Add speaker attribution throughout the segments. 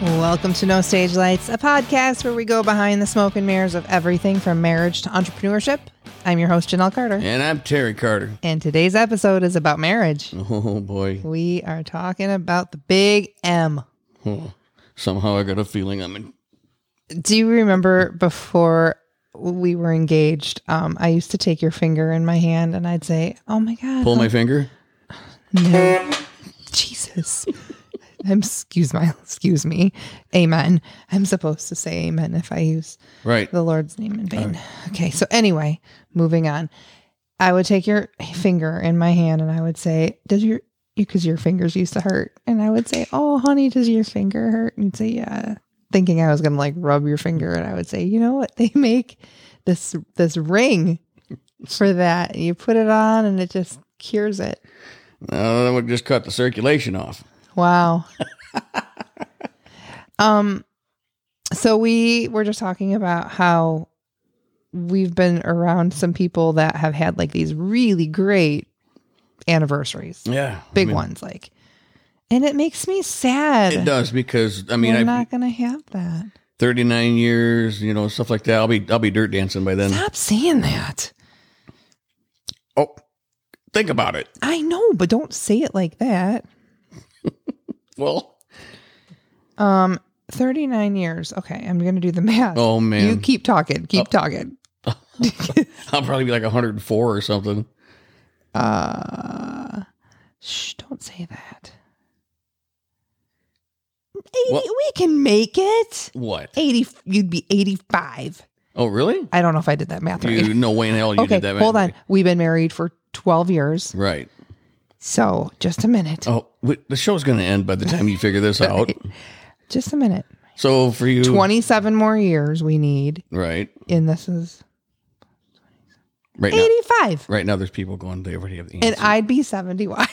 Speaker 1: Welcome to No Stage Lights, a podcast where we go behind the smoke and mirrors of everything from marriage to entrepreneurship. I'm your host, Janelle Carter,
Speaker 2: And I'm Terry Carter.
Speaker 1: and today's episode is about marriage.
Speaker 2: Oh boy.
Speaker 1: We are talking about the big M.
Speaker 2: Oh, somehow I got a feeling I'm in.
Speaker 1: Do you remember before we were engaged? Um, I used to take your finger in my hand and I'd say, Oh my God.
Speaker 2: Pull my finger.
Speaker 1: No. Jesus. I'm, excuse my excuse me. Amen. I'm supposed to say amen if I use
Speaker 2: Right. Uh,
Speaker 1: the Lord's name in vain. Okay, so anyway, moving on. I would take your finger in my hand and I would say, "Does your because your fingers used to hurt?" And I would say, "Oh, honey, does your finger hurt?" And you'd say, "Yeah." Thinking I was gonna like rub your finger, and I would say, "You know what? They make this this ring for that. You put it on, and it just cures it."
Speaker 2: Oh, that would just cut the circulation off.
Speaker 1: Wow. um so we were just talking about how we've been around some people that have had like these really great anniversaries.
Speaker 2: Yeah. Mm, I
Speaker 1: Big
Speaker 2: mean,
Speaker 1: ones like. And it makes me sad.
Speaker 2: It does because I mean
Speaker 1: We're
Speaker 2: I've
Speaker 1: not going to have that.
Speaker 2: 39 years, you know, stuff like that. I'll be I'll be dirt dancing by then.
Speaker 1: Stop saying that.
Speaker 2: Oh, think about it.
Speaker 1: I know, but don't say it like that.
Speaker 2: Well,
Speaker 1: Um 39 years. Okay, I'm going to do the math.
Speaker 2: oh man, Oh.
Speaker 1: you keep talking. Keep talking.
Speaker 2: I'll probably be like 104 or something.
Speaker 1: Uh, shh, don't say that. 80,
Speaker 2: What?
Speaker 1: we can make it.
Speaker 2: What?
Speaker 1: 80, you'd be 85.
Speaker 2: Oh, really?
Speaker 1: I don't know if I did that math right.
Speaker 2: You no way in hell you
Speaker 1: okay,
Speaker 2: did that.
Speaker 1: hold on. We've been married for 12 years.
Speaker 2: Right.
Speaker 1: So just a minute.
Speaker 2: Oh, wait, the show's going to end by the time you figure this out.
Speaker 1: Just a minute.
Speaker 2: So for you,
Speaker 1: 27 more years we need.
Speaker 2: Right.
Speaker 1: And this is
Speaker 2: Right now,
Speaker 1: 85.
Speaker 2: right now, there's people going. They already have the
Speaker 1: And
Speaker 2: answer.
Speaker 1: I'd be 70 wide.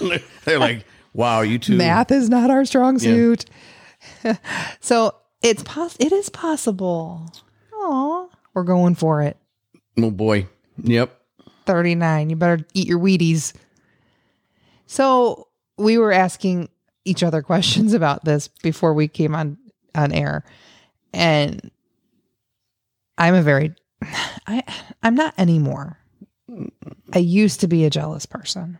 Speaker 2: They're like, wow, you two.
Speaker 1: math is not our strong suit. so it's pos- it is possible. Aw, we're going for it.
Speaker 2: Oh boy. Yep.
Speaker 1: 39. You better eat your Wheaties. So we were asking each other questions about this before we came on on air. And I'm a very I I'm not anymore. I used to be a jealous person.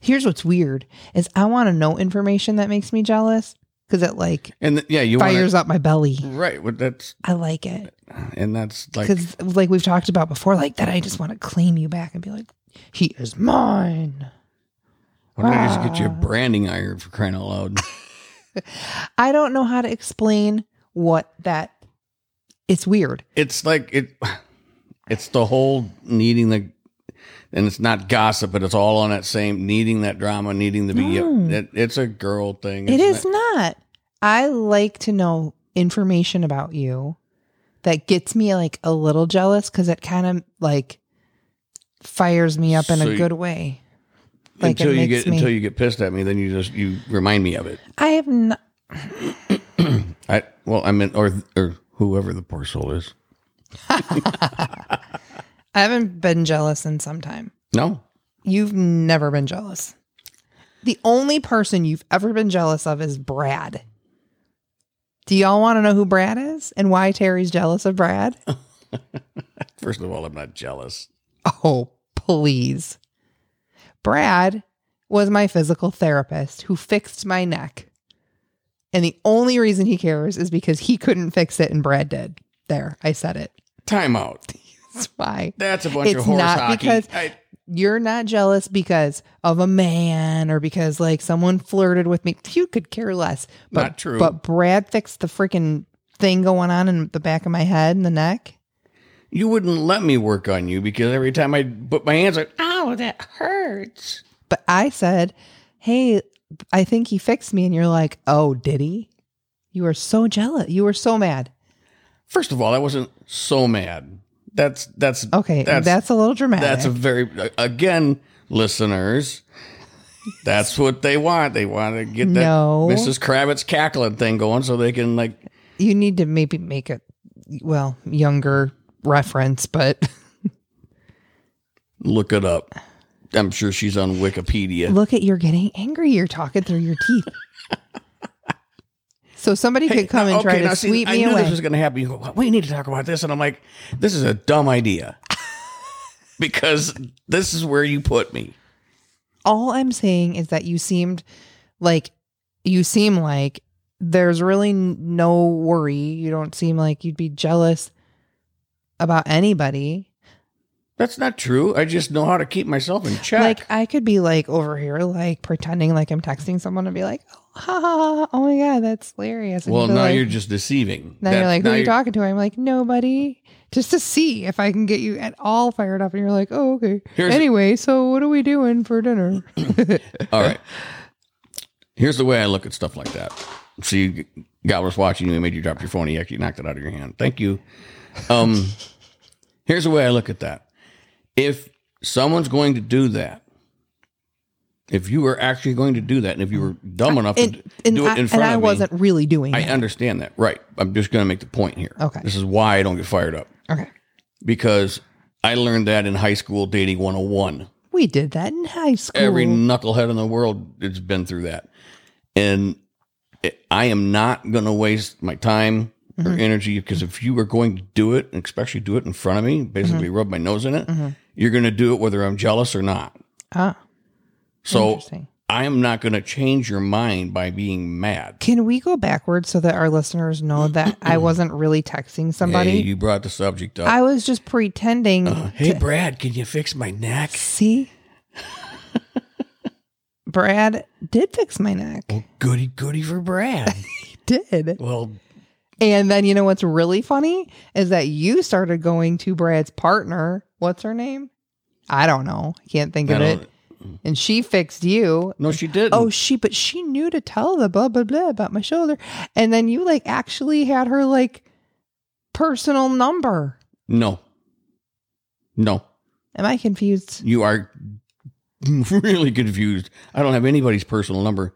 Speaker 1: Here's what's weird is I want to know information that makes me jealous because it like
Speaker 2: And th- yeah, you wanna-
Speaker 1: fires up my belly.
Speaker 2: Right. Well, that's
Speaker 1: I like it
Speaker 2: and that's like
Speaker 1: because like, we've talked about before like that i just want to claim you back and be like he is mine
Speaker 2: why don't I just get you a
Speaker 1: ah.
Speaker 2: branding iron for crying out loud?
Speaker 1: i don't know how to explain what that it's weird
Speaker 2: it's like it. It's the whole needing the, and it's not gossip, but it's all on that same needing that drama, needing to be.
Speaker 1: No.
Speaker 2: It, it's a girl thing.
Speaker 1: Mm. it
Speaker 2: It's
Speaker 1: is
Speaker 2: not-
Speaker 1: not i like to know information about you that gets me like a little jealous because it kind of like fires me up in
Speaker 2: So
Speaker 1: a
Speaker 2: you-
Speaker 1: good way like
Speaker 2: until
Speaker 1: it
Speaker 2: you
Speaker 1: makes
Speaker 2: get
Speaker 1: me
Speaker 2: until you get pissed at me, then you just you remind me of it.
Speaker 1: i have not
Speaker 2: I well, I mean, or or whoever the poor soul is.
Speaker 1: i haven't been jealous in some time
Speaker 2: No,
Speaker 1: You've never been jealous. The only person you've ever been jealous of is Brad. Do y'all want to know who Brad is and why Terry's jealous of Brad?
Speaker 2: first of all, I'm not jealous.
Speaker 1: Oh, please. Brad was my physical therapist who fixed my neck. And the only reason he cares is because he couldn't fix it and Brad did. There, I said it.
Speaker 2: Time out.
Speaker 1: That's why.
Speaker 2: That's a bunch
Speaker 1: It's
Speaker 2: of horse
Speaker 1: not
Speaker 2: hockey.
Speaker 1: because-
Speaker 2: I-
Speaker 1: you're not jealous because of a man or because like someone flirted with me. You could care less. But,
Speaker 2: Not true.
Speaker 1: But Brad fixed the freaking thing going on in the back of my head and the neck.
Speaker 2: you wouldn't let me work on you because every time I put my hands, like, ow, that hurts.
Speaker 1: But I said, "Hey, I think he fixed me," and you're like, "Oh, did he?" You were so jealous. You were so mad.
Speaker 2: First of all, I wasn't so mad. That's that's
Speaker 1: Okay, that's,
Speaker 2: That's
Speaker 1: a little dramatic.
Speaker 2: that's a very again, listeners. That's what they want. They want to get that
Speaker 1: No.
Speaker 2: Mrs. Kravitz cackling thing going so they can like
Speaker 1: you need to maybe make a well younger reference, but
Speaker 2: look it up. I'm sure she's on Wikipedia.
Speaker 1: look at you're getting angry. You're talking through your teeth. So somebody could come and try to
Speaker 2: see,
Speaker 1: sweep me
Speaker 2: I knew
Speaker 1: away.
Speaker 2: this was going to happen. You go, we need to talk about this, and I'm like, this is a dumb idea because this is where you put me.
Speaker 1: All I'm saying is that you seemed like you seem like there's really n- no worry. You don't seem like you'd be jealous about anybody.
Speaker 2: That's not true. I just know how to keep myself in check.
Speaker 1: Like I could be like over here, like pretending like I'm texting someone and be like, oh, ha, ha, ha, oh my god, that's hilarious. And
Speaker 2: well,
Speaker 1: you'd be
Speaker 2: now
Speaker 1: like-
Speaker 2: you're just deceiving.
Speaker 1: Then
Speaker 2: That-
Speaker 1: you're like, who
Speaker 2: now
Speaker 1: are you talking to? I'm like, nobody. Just to see if I can get you at all fired up. And you're like, oh, okay.
Speaker 2: Here's-
Speaker 1: anyway, so what are we doing for dinner?
Speaker 2: All right. Here's the way I look at stuff like that. See, God was watching you and made you drop your phone. He actually knocked it out of your hand. Thank you. Um, here's the way I look at that. If someone's going to do that, if you were actually going to do that, and if you were dumb enough
Speaker 1: and
Speaker 2: to d-
Speaker 1: and,
Speaker 2: do
Speaker 1: I,
Speaker 2: it in
Speaker 1: and
Speaker 2: front
Speaker 1: I
Speaker 2: of me,
Speaker 1: wasn't really doing
Speaker 2: I
Speaker 1: it.
Speaker 2: understand that. Right. I'm just going to make the point here.
Speaker 1: Okay.
Speaker 2: This is why I don't get fired up
Speaker 1: Okay.
Speaker 2: because I learned that in high school dating 101
Speaker 1: We did that in high school.
Speaker 2: every knucklehead in the world has been through that. And it, I am not going to waste my time or
Speaker 1: Mm-hmm.
Speaker 2: energy because if you are going to do it, and especially do it in front of me, basically
Speaker 1: Mm-hmm.
Speaker 2: rub my nose in it, you're going to do it whether I'm jealous or not.
Speaker 1: ah,
Speaker 2: So
Speaker 1: interesting.
Speaker 2: I am not going to change your mind by being mad.
Speaker 1: Can we go backwards so that our listeners know that I wasn't really texting somebody?
Speaker 2: Hey, you brought the subject up. Uh,
Speaker 1: I was just pretending.
Speaker 2: hey, Brad, can you fix my neck?
Speaker 1: See? Brad did fix my neck.
Speaker 2: Oh. Goody, goody for Brad.
Speaker 1: He did.
Speaker 2: well,
Speaker 1: And then you know what's really funny is that you started going to Brad's partner. What's her name? I don't know. Can't think
Speaker 2: I
Speaker 1: of
Speaker 2: don't-
Speaker 1: it. And she fixed you.
Speaker 2: no, she didn't.
Speaker 1: Oh, she, but she knew to tell the blah, blah, blah about my shoulder. And then you like actually had her like personal number.
Speaker 2: no. No.
Speaker 1: Am I confused?
Speaker 2: You are really confused. I don't have anybody's personal number,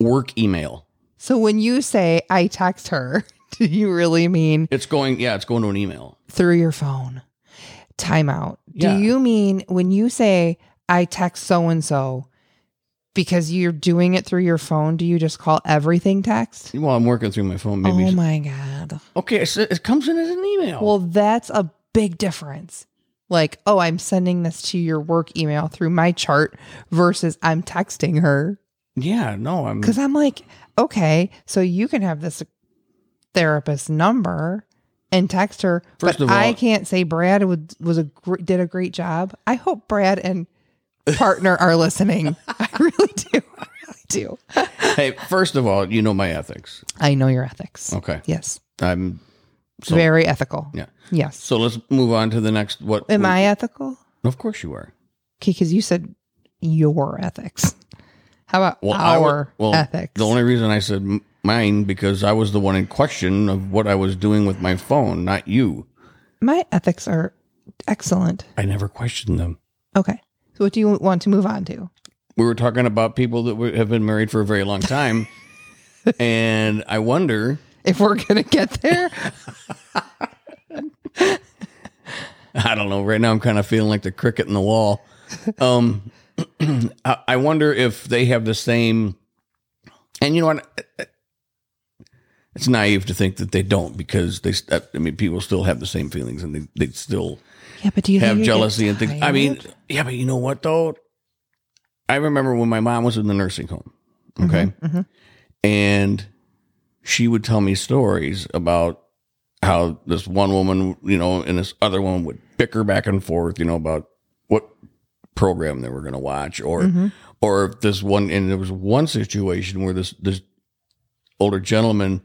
Speaker 2: work email.
Speaker 1: So when you say I text her, do you really mean
Speaker 2: It's going, yeah, it's going to an email.
Speaker 1: through your phone? Timeout.
Speaker 2: Yeah.
Speaker 1: Do you mean when you say I text so and so because you're doing it through your phone? Do you just call everything text?
Speaker 2: Well, I'm working through my phone. Maybe
Speaker 1: Oh my god.
Speaker 2: okay, it's, it comes in as an email.
Speaker 1: Oh. Well, that's a big difference. Like, oh, I'm sending this to your work email through my chart versus I'm texting her.
Speaker 2: yeah, no, I'm
Speaker 1: Cause I'm like, okay, so you can have this therapist number and text her,
Speaker 2: First
Speaker 1: but
Speaker 2: of all-
Speaker 1: I can't say Brad would, was a gr- did a great job. I hope Brad and partner are listening. I really do. I really do.
Speaker 2: hey. First of all, you know my ethics.
Speaker 1: I know your ethics.
Speaker 2: Okay,
Speaker 1: Yes,
Speaker 2: I'm Oh. So-
Speaker 1: very ethical.
Speaker 2: Yeah.
Speaker 1: Yes.
Speaker 2: so let's move on to the next. What
Speaker 1: Am I ethical?
Speaker 2: Of course you are.
Speaker 1: Okay, because you said your ethics. How about
Speaker 2: Well, I would-
Speaker 1: our
Speaker 2: well,
Speaker 1: ethics?
Speaker 2: The only reason I said m- mine because I was the one in question of what I was doing with my phone, not you.
Speaker 1: My ethics are excellent.
Speaker 2: I never questioned them.
Speaker 1: Okay. So, what do you want to move on to?
Speaker 2: we were talking about people that were, have been married for a very long time. and I wonder,
Speaker 1: If we're going to get there,
Speaker 2: I don't know, right now I'm kind of feeling like the cricket in the wall. Um, I I wonder if they have the same. And you know what? It's naive to think that they don't because they, st- uh, I mean, people still have the same feelings and they, they still
Speaker 1: yeah, but do you
Speaker 2: have
Speaker 1: think you get
Speaker 2: jealousy and things. I mean,
Speaker 1: tired?
Speaker 2: yeah, but you know what though? I remember when my mom was in the nursing home. Okay.
Speaker 1: mhm.
Speaker 2: And she would tell me stories about how this one woman, you know, and this other one would bicker back and forth, you know, about what program they were going to watch or,
Speaker 1: Mm-hmm.
Speaker 2: or if this one, and there was one situation where this, this older gentleman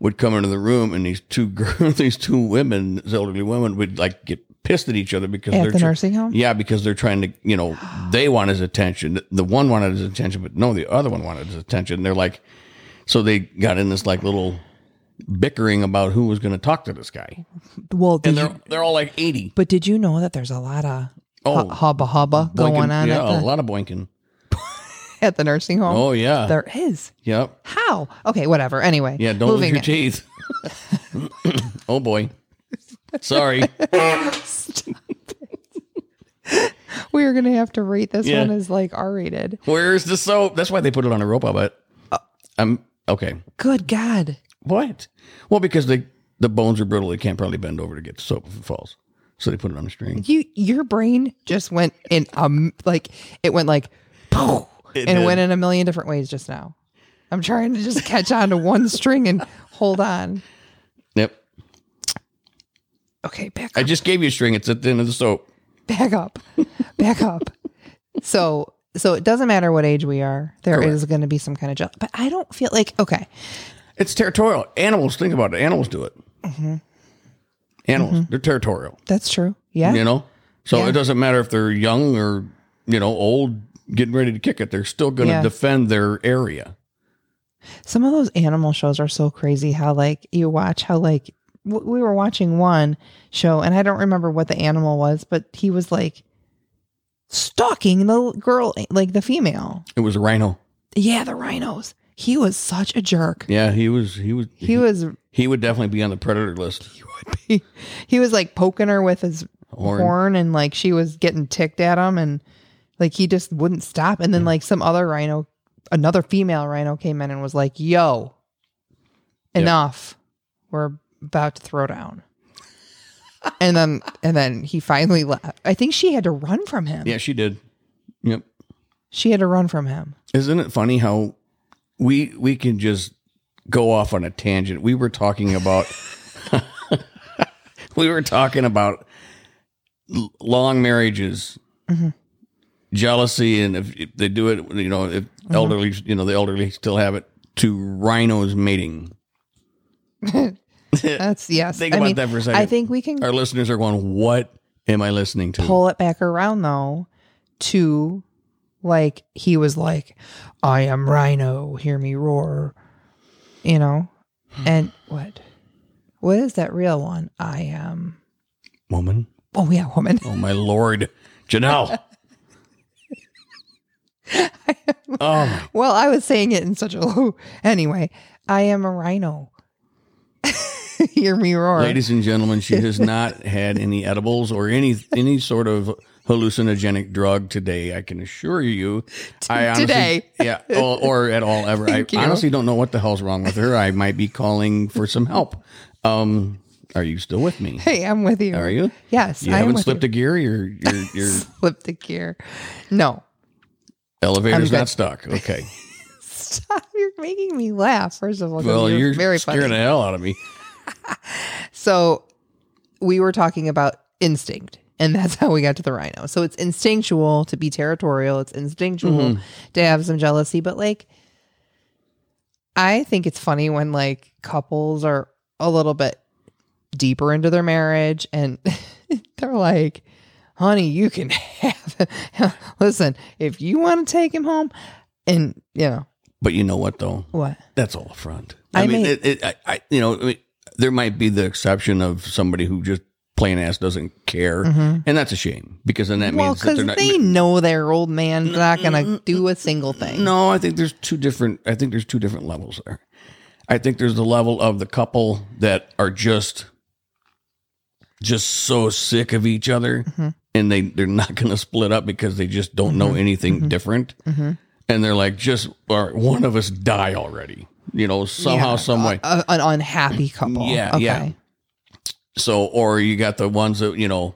Speaker 2: would come into the room and these two girls, these two women, these elderly women would like get pissed at each other because
Speaker 1: at
Speaker 2: they're
Speaker 1: the
Speaker 2: tr-
Speaker 1: nursing home?
Speaker 2: yeah, because they're trying to, you know, they want his attention. The one wanted his attention, but no, the other one wanted his attention. They're like, so they got in this like little bickering about who was going to talk to this guy,
Speaker 1: Well, did
Speaker 2: and
Speaker 1: you-
Speaker 2: they're they're all like eighty.
Speaker 1: but did you know that there's a lot of
Speaker 2: Oh,
Speaker 1: hu- hubba hubba going
Speaker 2: boinking.
Speaker 1: on
Speaker 2: yeah,
Speaker 1: at,
Speaker 2: a lot of boinking.
Speaker 1: the, at the nursing home?
Speaker 2: Oh yeah,
Speaker 1: There is.
Speaker 2: yep,
Speaker 1: How? Okay, whatever. Anyway,
Speaker 2: yeah. Don't lose
Speaker 1: moving
Speaker 2: your
Speaker 1: it.
Speaker 2: teeth. oh boy, sorry.
Speaker 1: We are going to have to rate this
Speaker 2: Yeah.
Speaker 1: one as like R rated.
Speaker 2: Where's the soap? That's why they put it on a rope. I bet. I'm um, okay.
Speaker 1: Good God.
Speaker 2: What? Well, because they the bones are brittle, they can't probably bend over to get the soap if it falls. So they put it on a string.
Speaker 1: You your brain just went in um like it went like poof,
Speaker 2: It
Speaker 1: and it
Speaker 2: did.
Speaker 1: went in a million different ways just now. I'm trying to just catch on to one string and hold on.
Speaker 2: Yep.
Speaker 1: Okay, back
Speaker 2: I just gave you a string. It's at the end of the soap.
Speaker 1: back up back up so so it doesn't matter what age we are There
Speaker 2: Correct.
Speaker 1: going to be some kind of jealousy but i don't feel like okay
Speaker 2: It's territorial. Animals think about it. Animals do it.
Speaker 1: Mm-hmm.
Speaker 2: Animals, they're territorial.
Speaker 1: that's true Mm-hmm. yeah
Speaker 2: You know, so
Speaker 1: Yeah.
Speaker 2: it doesn't matter if they're young or you know old, getting ready to kick it. They're still going to
Speaker 1: Yeah.
Speaker 2: defend their area.
Speaker 1: some of those animal shows are so crazy how like you watch how like w- we were watching one show and i don't remember what the animal was but he was like stalking the girl like the female
Speaker 2: It was a rhino.
Speaker 1: yeah the rhinos he was such a jerk
Speaker 2: Yeah, he was. He was.
Speaker 1: he was
Speaker 2: He would definitely be on the predator list.
Speaker 1: he, he was like poking her with his
Speaker 2: Horn.
Speaker 1: horn. and like she was getting ticked at him and like he just wouldn't stop and then like some other rhino another female rhino came in and was like yo
Speaker 2: Yep.
Speaker 1: enough we're about to throw down and then and then he finally left i think she had to run from him
Speaker 2: Yeah, she did. Yep.
Speaker 1: she had to run from him
Speaker 2: Isn't it funny how we we can just go off on a tangent? We were talking about we were talking about l- long marriages, jealousy, and if, if they do it, you know, if
Speaker 1: Uh-huh.
Speaker 2: elderly, you know, the elderly still have it. To rhinos mating.
Speaker 1: that's yes
Speaker 2: Think
Speaker 1: I
Speaker 2: about
Speaker 1: mean,
Speaker 2: that for a second.
Speaker 1: i think we can
Speaker 2: Our listeners are going, "What am I listening to?"
Speaker 1: pull it back around though to like he was like i am rhino hear me roar you know and what what is that real one i am
Speaker 2: Woman,
Speaker 1: oh yeah woman
Speaker 2: oh my lord, Janelle. oh my
Speaker 1: well i was saying it in such a low anyway i am a rhino hear me roar
Speaker 2: Ladies and gentlemen, she has not had any edibles or any any sort of hallucinogenic drug today. I can assure you. I honestly,
Speaker 1: Today.
Speaker 2: yeah, or, or at all ever. I
Speaker 1: Thank you.
Speaker 2: honestly don't know what the hell's wrong with her. I might be calling for some help. Um, are you still with me?
Speaker 1: hey i'm with you
Speaker 2: Are you?
Speaker 1: yes
Speaker 2: You
Speaker 1: I am
Speaker 2: haven't
Speaker 1: with
Speaker 2: slipped
Speaker 1: you.
Speaker 2: a gear. Your your your
Speaker 1: slipped a gear no
Speaker 2: elevator's
Speaker 1: good.
Speaker 2: not stuck. Okay.
Speaker 1: stop you're making me laugh first of all 'cause
Speaker 2: Well,
Speaker 1: you're,
Speaker 2: you're,
Speaker 1: very
Speaker 2: scaring
Speaker 1: funny
Speaker 2: the hell out of me.
Speaker 1: So we were talking about instinct, and that's how we got to the rhino. So it's instinctual to be territorial, it's instinctual
Speaker 2: Mm-hmm.
Speaker 1: to have some jealousy, but like I think it's funny when like couples are a little bit deeper into their marriage and they're like, honey, you can have listen, if you want to take him home and you know
Speaker 2: But you know what though?
Speaker 1: what?
Speaker 2: That's all a front.
Speaker 1: I
Speaker 2: I, mean,
Speaker 1: may-
Speaker 2: it, it, I, I, you know, I mean, there might be the exception of somebody who just plain ass doesn't care, and that's a shame because then that
Speaker 1: Mm-hmm. Well,
Speaker 2: means that
Speaker 1: because
Speaker 2: they're not.
Speaker 1: they know their old man's not gonna do a single thing.
Speaker 2: no, I think there's two different. I think there's two different levels there. I think there's the level of the couple that are just, just so sick of each other,
Speaker 1: Mm-hmm.
Speaker 2: and they they're not going to split up because they just don't know anything
Speaker 1: Mm-hmm.
Speaker 2: different, and they're like, just all right, one of us die already, you know, somehow,
Speaker 1: Yeah,
Speaker 2: some way.
Speaker 1: a- an unhappy couple.
Speaker 2: Yeah, yeah. So, or you got the ones that you know.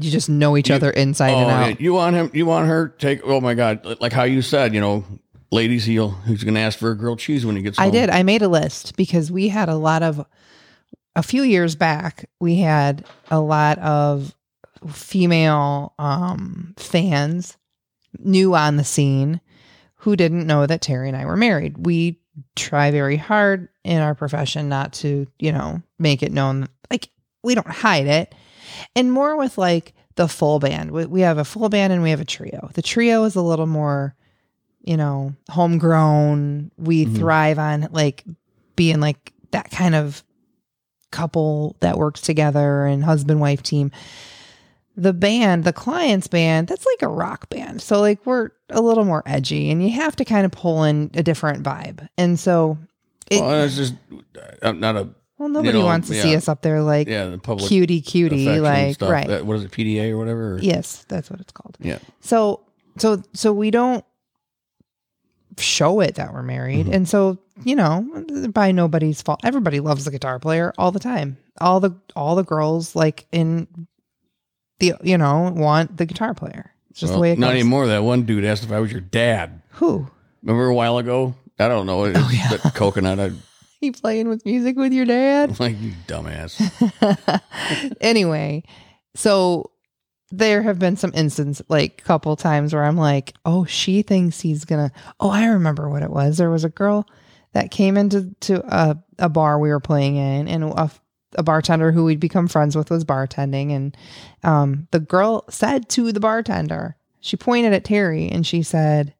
Speaker 1: You just know each other inside
Speaker 2: Oh,
Speaker 1: and out.
Speaker 2: yeah, you want him? You want her? Take. Oh my God! Like how you said, you know, ladies, he'll who's going to ask for a grilled cheese when he gets
Speaker 1: I
Speaker 2: home.
Speaker 1: did. I made a list because we had a lot of, a few years back, we had a lot of female um, fans new on the scene who didn't know that Terry and I were married. We try very hard in our profession not to, you know, make it known. Like, we don't hide it. And more with like the full band. We, we have a full band and we have a trio. The trio is a little more, you know, homegrown. We
Speaker 2: Mhm.
Speaker 1: thrive on like being like that kind of couple that works together and husband wife team the band, the client's band, that's like a rock band. So like we're a little more edgy and you have to kind of pull in a different vibe. And so it,
Speaker 2: Well, it's just I'm not a
Speaker 1: well nobody
Speaker 2: know,
Speaker 1: wants to see
Speaker 2: yeah.
Speaker 1: us up there like
Speaker 2: yeah the public
Speaker 1: cutie cutie
Speaker 2: affection
Speaker 1: like
Speaker 2: stuff.
Speaker 1: right.
Speaker 2: That- what is it PDA or whatever?
Speaker 1: Yes, that's what it's called.
Speaker 2: Yeah.
Speaker 1: So so so we don't show it that we're married.
Speaker 2: Mm-hmm.
Speaker 1: And so, you know, by nobody's fault. Everybody loves the guitar player all the time. All the all the girls like in the you know, want the guitar player. It's just
Speaker 2: Well,
Speaker 1: the way it
Speaker 2: not
Speaker 1: goes.
Speaker 2: anymore. That one dude asked if I was your dad.
Speaker 1: Who?
Speaker 2: Remember a while ago? I don't know. It's
Speaker 1: Oh, yeah.
Speaker 2: that coconut. I'm
Speaker 1: You playing with music with your dad?
Speaker 2: like, you dumbass.
Speaker 1: anyway, so there have been some instances, like couple times where I'm like, oh, she thinks he's gonna. Oh, I remember what it was. There was a girl that came into to a, a bar we were playing in, and a, a bartender who we'd become friends with was bartending, and um, the girl said to the bartender, she pointed at Terry and she said,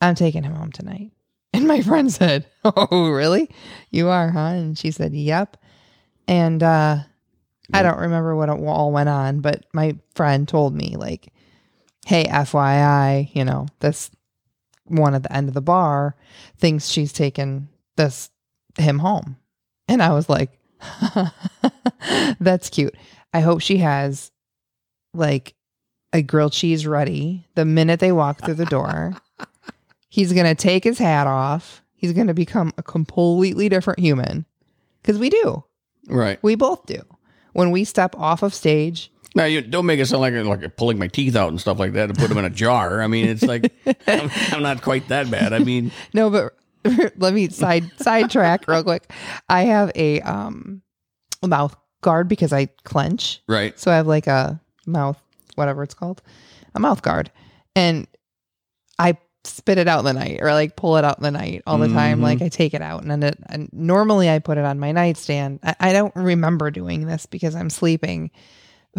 Speaker 1: "I'm taking him home tonight." And my friend said, "Oh, really? You are, huh?" And she said, "Yep." And uh, I don't remember what it all went on, but my friend told me like, "Hey, FYI, you know this one at the end of the bar thinks she's taken this him home," and I was like, "That's cute. I hope she has like a grilled cheese ready the minute they walk through the door. He's gonna take his hat off. He's gonna become a completely different human because we do."
Speaker 2: Right.
Speaker 1: We both do. When we step off of stage,
Speaker 2: Now, you don't make it sound like I'm like pulling my teeth out and stuff like that to put them in a jar. I mean, it's like, I'm, I'm not quite that bad. I mean,
Speaker 1: no, but let me side sidetrack real quick. I have a um mouth guard because I clench,
Speaker 2: right.
Speaker 1: so I have like a mouth whatever it's called, a mouth guard, and I spit it out in the night or like pull it out in the night all the time.
Speaker 2: Mhm.
Speaker 1: Like I take it out and then it, and normally I put it on my nightstand. I, I don't remember doing this because I'm sleeping.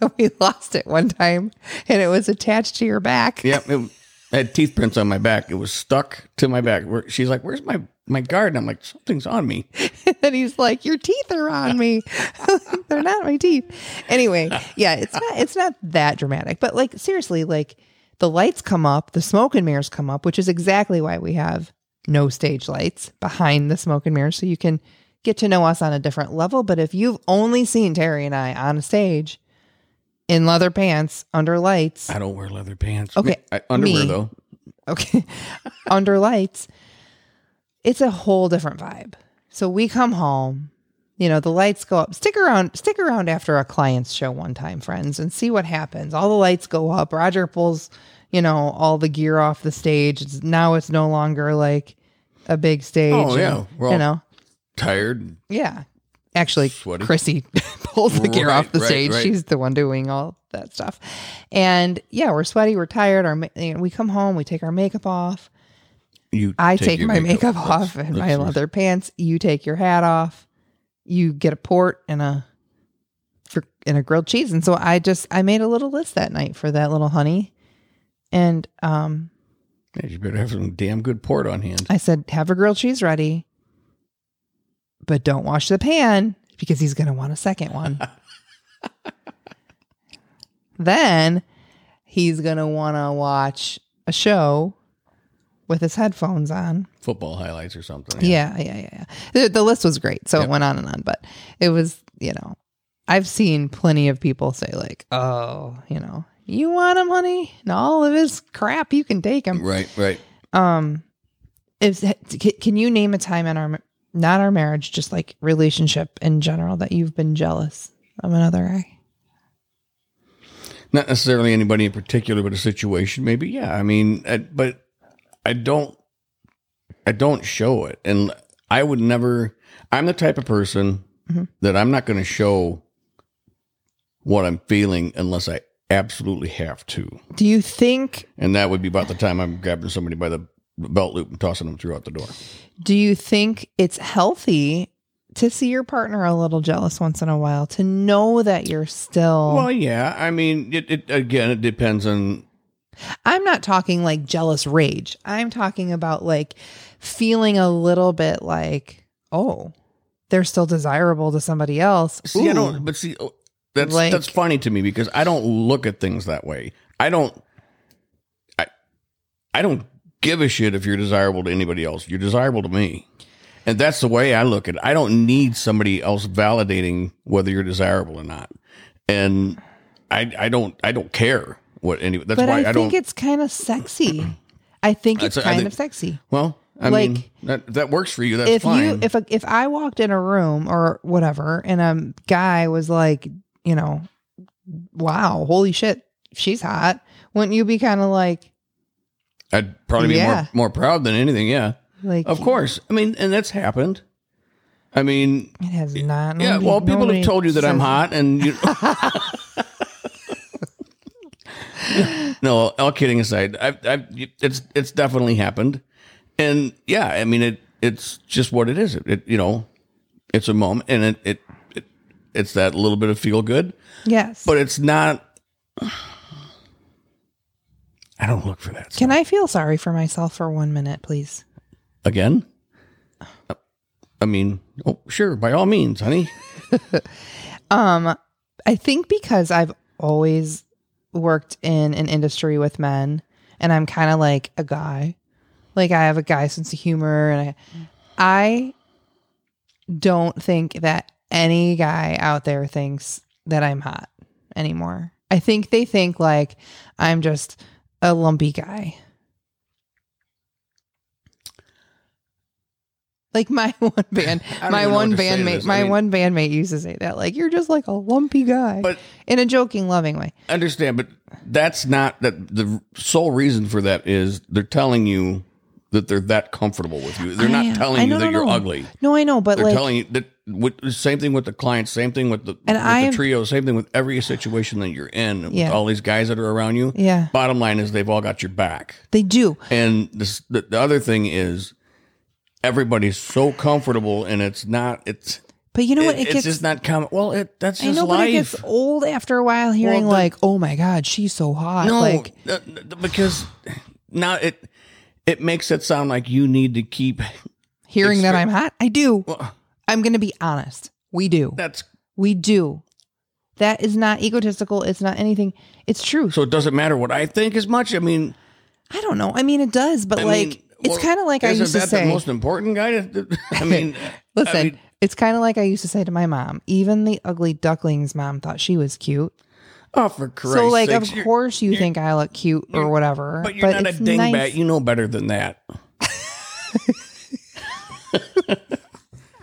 Speaker 1: but we lost it one time and it was attached to your back.
Speaker 2: Yeah. It, I had teeth prints on my back. It was stuck to my back. Where She's like, where's my, my guard? And I'm like, something's on me.
Speaker 1: and he's like, "Your teeth are on me. They're not my teeth." Anyway, yeah, it's not it's not that dramatic, but like seriously, like the lights come up, the smoke and mirrors come up, which is exactly why we have no stage lights behind the smoke and mirrors, so you can get to know us on a different level. But if you've only seen Terry and I on a stage in leather pants under lights,
Speaker 2: I don't wear leather pants.
Speaker 1: Okay,
Speaker 2: I, underwear,
Speaker 1: me.
Speaker 2: though.
Speaker 1: okay, under lights, it's a whole different vibe. So we come home, you know, the lights go up. Stick around, stick around after a client's show one time, friends, and see what happens. All the lights go up. Roger pulls, you know, all the gear off the stage. It's, now it's no longer like a big stage.
Speaker 2: Oh, yeah.
Speaker 1: and,
Speaker 2: We're all-
Speaker 1: you know,
Speaker 2: Tired. and
Speaker 1: yeah. Actually,
Speaker 2: Sweaty.
Speaker 1: Chrissy pulls the gear
Speaker 2: Right,
Speaker 1: off the
Speaker 2: right,
Speaker 1: stage.
Speaker 2: right.
Speaker 1: She's the one doing all that stuff. And yeah, we're sweaty, we're tired. Our ma- you know, we come home, we take our makeup off.
Speaker 2: You
Speaker 1: I take,
Speaker 2: your
Speaker 1: my makeup, off
Speaker 2: That's-
Speaker 1: and my
Speaker 2: that's-
Speaker 1: leather pants. You take your hat off. You get a port and a for, and a grilled cheese. And so I just I made a little list that night for that little honey. And um,
Speaker 2: Yeah, you better have some damn good port on hand.
Speaker 1: I said, have a grilled cheese ready, but don't wash the pan because he's going to want a second one. then he's going to want to watch a show with his headphones on.
Speaker 2: Football highlights or something.
Speaker 1: Yeah, yeah, yeah. yeah. The, the list was great. So
Speaker 2: Yep.
Speaker 1: it went on and on, but it was, you know, I've seen plenty of people say, like, oh, you know, you want him, honey? And all of his crap, you can take him.
Speaker 2: Right, right.
Speaker 1: Um, is can- can you name a time in our not our marriage, just like relationship in general, that you've been jealous of another guy?
Speaker 2: not necessarily anybody in particular, but a situation maybe. Yeah, I mean, I, but I don't, I don't show it, and I would never. I'm the type of person
Speaker 1: Mhm.
Speaker 2: that I'm not going to show what I'm feeling unless I absolutely have to,
Speaker 1: Do you think?
Speaker 2: and that would be about the time I'm grabbing somebody by the belt loop and tossing them through out the door.
Speaker 1: Do you think it's healthy to see your partner a little jealous once in a while to know that you're still?
Speaker 2: Well, yeah, I mean, it, it again, it depends on
Speaker 1: I'm not talking like jealous rage. I'm talking about like feeling a little bit like, oh, they're still desirable to somebody else.
Speaker 2: See, I
Speaker 1: Ooh.
Speaker 2: don't. But see, oh, that's
Speaker 1: Like-
Speaker 2: that's funny to me because I don't look at things that way. I don't. I, I don't give a shit if you're desirable to anybody else. You're desirable to me, and that's the way I look at it. I don't need somebody else validating whether you're desirable or not, and I I don't I don't care what any. That's
Speaker 1: but
Speaker 2: why
Speaker 1: I,
Speaker 2: I,
Speaker 1: think
Speaker 2: don't.
Speaker 1: it's kind of sexy. I think it's
Speaker 2: That's- I
Speaker 1: kind
Speaker 2: think-
Speaker 1: of sexy.
Speaker 2: Well, I mean,
Speaker 1: Like,
Speaker 2: that, if that works for you. That's
Speaker 1: if
Speaker 2: fine.
Speaker 1: you if a, if I walked in a room or whatever and a guy was like, you know, wow, holy shit, she's hot, wouldn't you be kind of like
Speaker 2: I'd probably be
Speaker 1: Yeah.
Speaker 2: more, more proud than anything. Yeah,
Speaker 1: like
Speaker 2: of course. I mean, and that's happened. I mean,
Speaker 1: It has not.
Speaker 2: yeah.
Speaker 1: nobody-
Speaker 2: Well, people
Speaker 1: nobody
Speaker 2: have told you that I'm
Speaker 1: says-
Speaker 2: hot, and you. no, all kidding aside, I've, I've, it's it's definitely happened, and yeah, I mean it. It's just what it is. It, it you know, it's a moment, and it, it it it's that little bit of feel good,
Speaker 1: Yes.
Speaker 2: but it's not. I don't look for that
Speaker 1: Can I feel sorry for myself for one minute, please?
Speaker 2: again. I mean, oh sure, by all means, honey.
Speaker 1: Um, I think because I've always worked in an industry with men, and I'm kind of like a guy. Like I have a guy sense of humor, and I, I don't think that any guy out there thinks that I'm hot anymore. I think they think like I'm just a lumpy guy. Like my one band,
Speaker 2: I don't
Speaker 1: my
Speaker 2: even know
Speaker 1: one
Speaker 2: what to say to
Speaker 1: bandmate,
Speaker 2: this. I
Speaker 1: my
Speaker 2: mean-
Speaker 1: one bandmate used to say that, like you're just like a lumpy guy,
Speaker 2: But-
Speaker 1: in a joking, loving way.
Speaker 2: understand, but that's not that the sole reason for that is they're telling you that they're that comfortable with you. They're
Speaker 1: I-
Speaker 2: not telling
Speaker 1: I
Speaker 2: you
Speaker 1: know,
Speaker 2: that
Speaker 1: no,
Speaker 2: you're
Speaker 1: no.
Speaker 2: ugly.
Speaker 1: No, I know, but
Speaker 2: They're
Speaker 1: like,
Speaker 2: telling you that with, the same thing with the clients, same thing with the, with the
Speaker 1: I've-
Speaker 2: trio, same thing with every situation that you're in
Speaker 1: Yeah.
Speaker 2: with all these guys that are around you.
Speaker 1: yeah,
Speaker 2: Bottom line is they've all got your back.
Speaker 1: they do.
Speaker 2: And this, the, the other thing is everybody's so comfortable and it's not, it's,
Speaker 1: But you know what?
Speaker 2: it- it's
Speaker 1: gets
Speaker 2: just not common. Well, it, that's
Speaker 1: I
Speaker 2: just
Speaker 1: know,
Speaker 2: life.
Speaker 1: but it gets old after a while hearing
Speaker 2: the-
Speaker 1: like, "Oh my god, she's so hot."
Speaker 2: No,
Speaker 1: like,
Speaker 2: uh, because now it it makes it sound like you need to keep.
Speaker 1: hearing that I'm hot, I do.
Speaker 2: Well,
Speaker 1: I'm going to be honest. We do.
Speaker 2: that's
Speaker 1: we do. That is not egotistical. It's not anything. It's true.
Speaker 2: so. It doesn't matter what I think as much. I mean,
Speaker 1: I don't know. I mean, it does, but
Speaker 2: I
Speaker 1: like,
Speaker 2: mean,
Speaker 1: it's
Speaker 2: well,
Speaker 1: kind of like I
Speaker 2: isn't
Speaker 1: used to
Speaker 2: that
Speaker 1: say.
Speaker 2: the most important guy. To, I mean,
Speaker 1: listen,
Speaker 2: I mean-
Speaker 1: it's kind of like I used to say to my mom. Even the ugly duckling's mom thought she was cute.
Speaker 2: oh for Christ's
Speaker 1: so, like,
Speaker 2: sakes,
Speaker 1: of
Speaker 2: you're-
Speaker 1: course, you think I look cute or whatever.
Speaker 2: but you're not a
Speaker 1: it's
Speaker 2: dingbat.
Speaker 1: nice.
Speaker 2: You know better than that.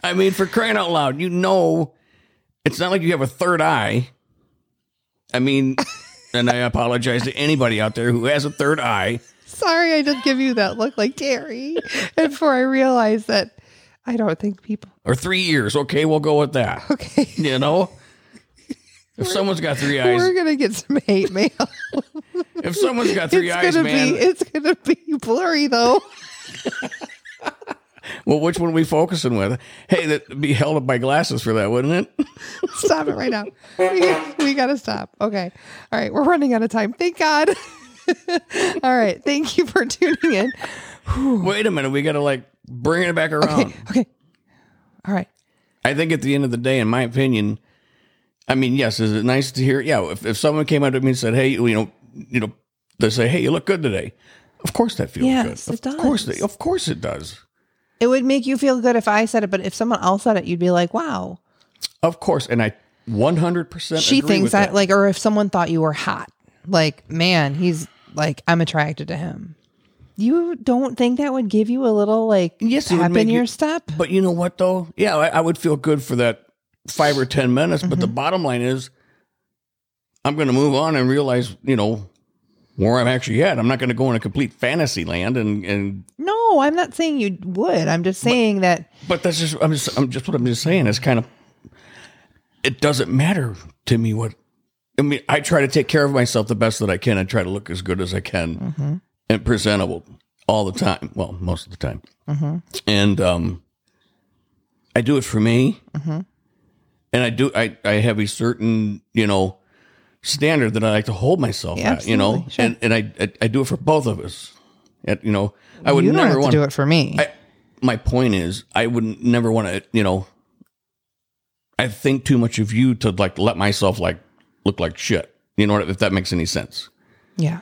Speaker 2: I mean, for crying out loud, you know, it's not like you have a third eye. I mean, and I apologize to anybody out there who has a third eye.
Speaker 1: Sorry, I did give you that look like Terry. and before I realized that I don't think people.
Speaker 2: or three years. Okay, we'll go with that.
Speaker 1: Okay.
Speaker 2: You know, if someone's got three
Speaker 1: We're
Speaker 2: eyes,
Speaker 1: gonna get some hate mail.
Speaker 2: if someone's got three
Speaker 1: it's
Speaker 2: eyes,
Speaker 1: gonna
Speaker 2: man.
Speaker 1: be it's gonna be blurry though.
Speaker 2: Well, which one are we focusing with? Hey, that'd be held up by glasses for that, wouldn't it?
Speaker 1: stop it right now. We, we gotta stop. Okay. All right, we're running out of time. Thank God. All right. Thank you for tuning in.
Speaker 2: Wait a minute, we got to like bring it back around.
Speaker 1: Okay. Okay. All right.
Speaker 2: I think at the end of the day, in my opinion, I mean, yes, is it nice to hear? Yeah, if, if someone came up to me and said, "Hey, you know, you know," they say, "Hey, you look good today." Of course, that feels
Speaker 1: Yes,
Speaker 2: good.
Speaker 1: it
Speaker 2: of course,
Speaker 1: does.
Speaker 2: they, of course, it does.
Speaker 1: It would make you feel good if I said it, but if someone else said it, you'd be like, wow.
Speaker 2: Of course, and I one hundred percent.
Speaker 1: She thinks that, like, or if someone thought you were hot, like, man, he's like, I'm attracted to him. You don't think that would give you a little like
Speaker 2: Yes, it would
Speaker 1: tap
Speaker 2: make
Speaker 1: in your
Speaker 2: you-
Speaker 1: step?
Speaker 2: But you know what though? Yeah, I, I would feel good for that five or ten minutes. But
Speaker 1: Mm-hmm.
Speaker 2: the bottom line is, I'm going to move on and realize, you know, where I'm actually at. I'm not going to go in a complete fantasy land. And and
Speaker 1: No, I'm not saying you would. I'm just saying that
Speaker 2: but that's just I'm just I'm just what I'm just saying. It's kind of it doesn't matter to me what. I mean, I try to take care of myself the best that I can. I try to look as good as I can
Speaker 1: Mm-hmm.
Speaker 2: and presentable all the time. Well, most of the time.
Speaker 1: Mm-hmm.
Speaker 2: And um, I do it for me.
Speaker 1: Mm-hmm.
Speaker 2: And I do, I, I have a certain, you know, standard that I like to hold myself
Speaker 1: Yeah,
Speaker 2: at, you know,
Speaker 1: absolutely. Sure.
Speaker 2: and, and I, I, I do it for both of us. And, you know, I would
Speaker 1: you don't
Speaker 2: never
Speaker 1: have to
Speaker 2: want
Speaker 1: do it for me.
Speaker 2: I, my point is, I wouldn't never want to, you know, I think too much of you to like let myself like look like shit. You know what? If that makes any sense.
Speaker 1: yeah.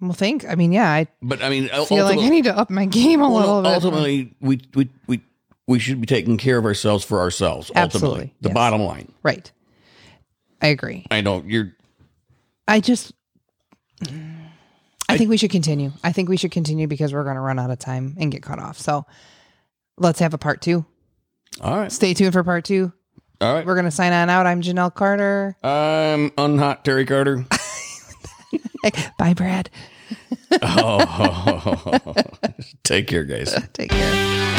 Speaker 1: Well, think. I mean, yeah, I
Speaker 2: But I mean,
Speaker 1: feel like I need to up my game a
Speaker 2: Well,
Speaker 1: little bit.
Speaker 2: ultimately, we we we we should be taking care of ourselves for ourselves.
Speaker 1: Absolutely,
Speaker 2: Ultimately, the
Speaker 1: yes.
Speaker 2: bottom line.
Speaker 1: right. I agree.
Speaker 2: I don't. You're.
Speaker 1: I just I think we should continue. I think we should continue because we're going to run out of time and get cut off. So let's have a part two.
Speaker 2: All right.
Speaker 1: Stay tuned for part two.
Speaker 2: All right.
Speaker 1: We're going to sign on out. I'm Janelle Carter.
Speaker 2: I'm unhot Terry Carter.
Speaker 1: Bye, Brad.
Speaker 2: oh, take care, guys.
Speaker 1: Take care.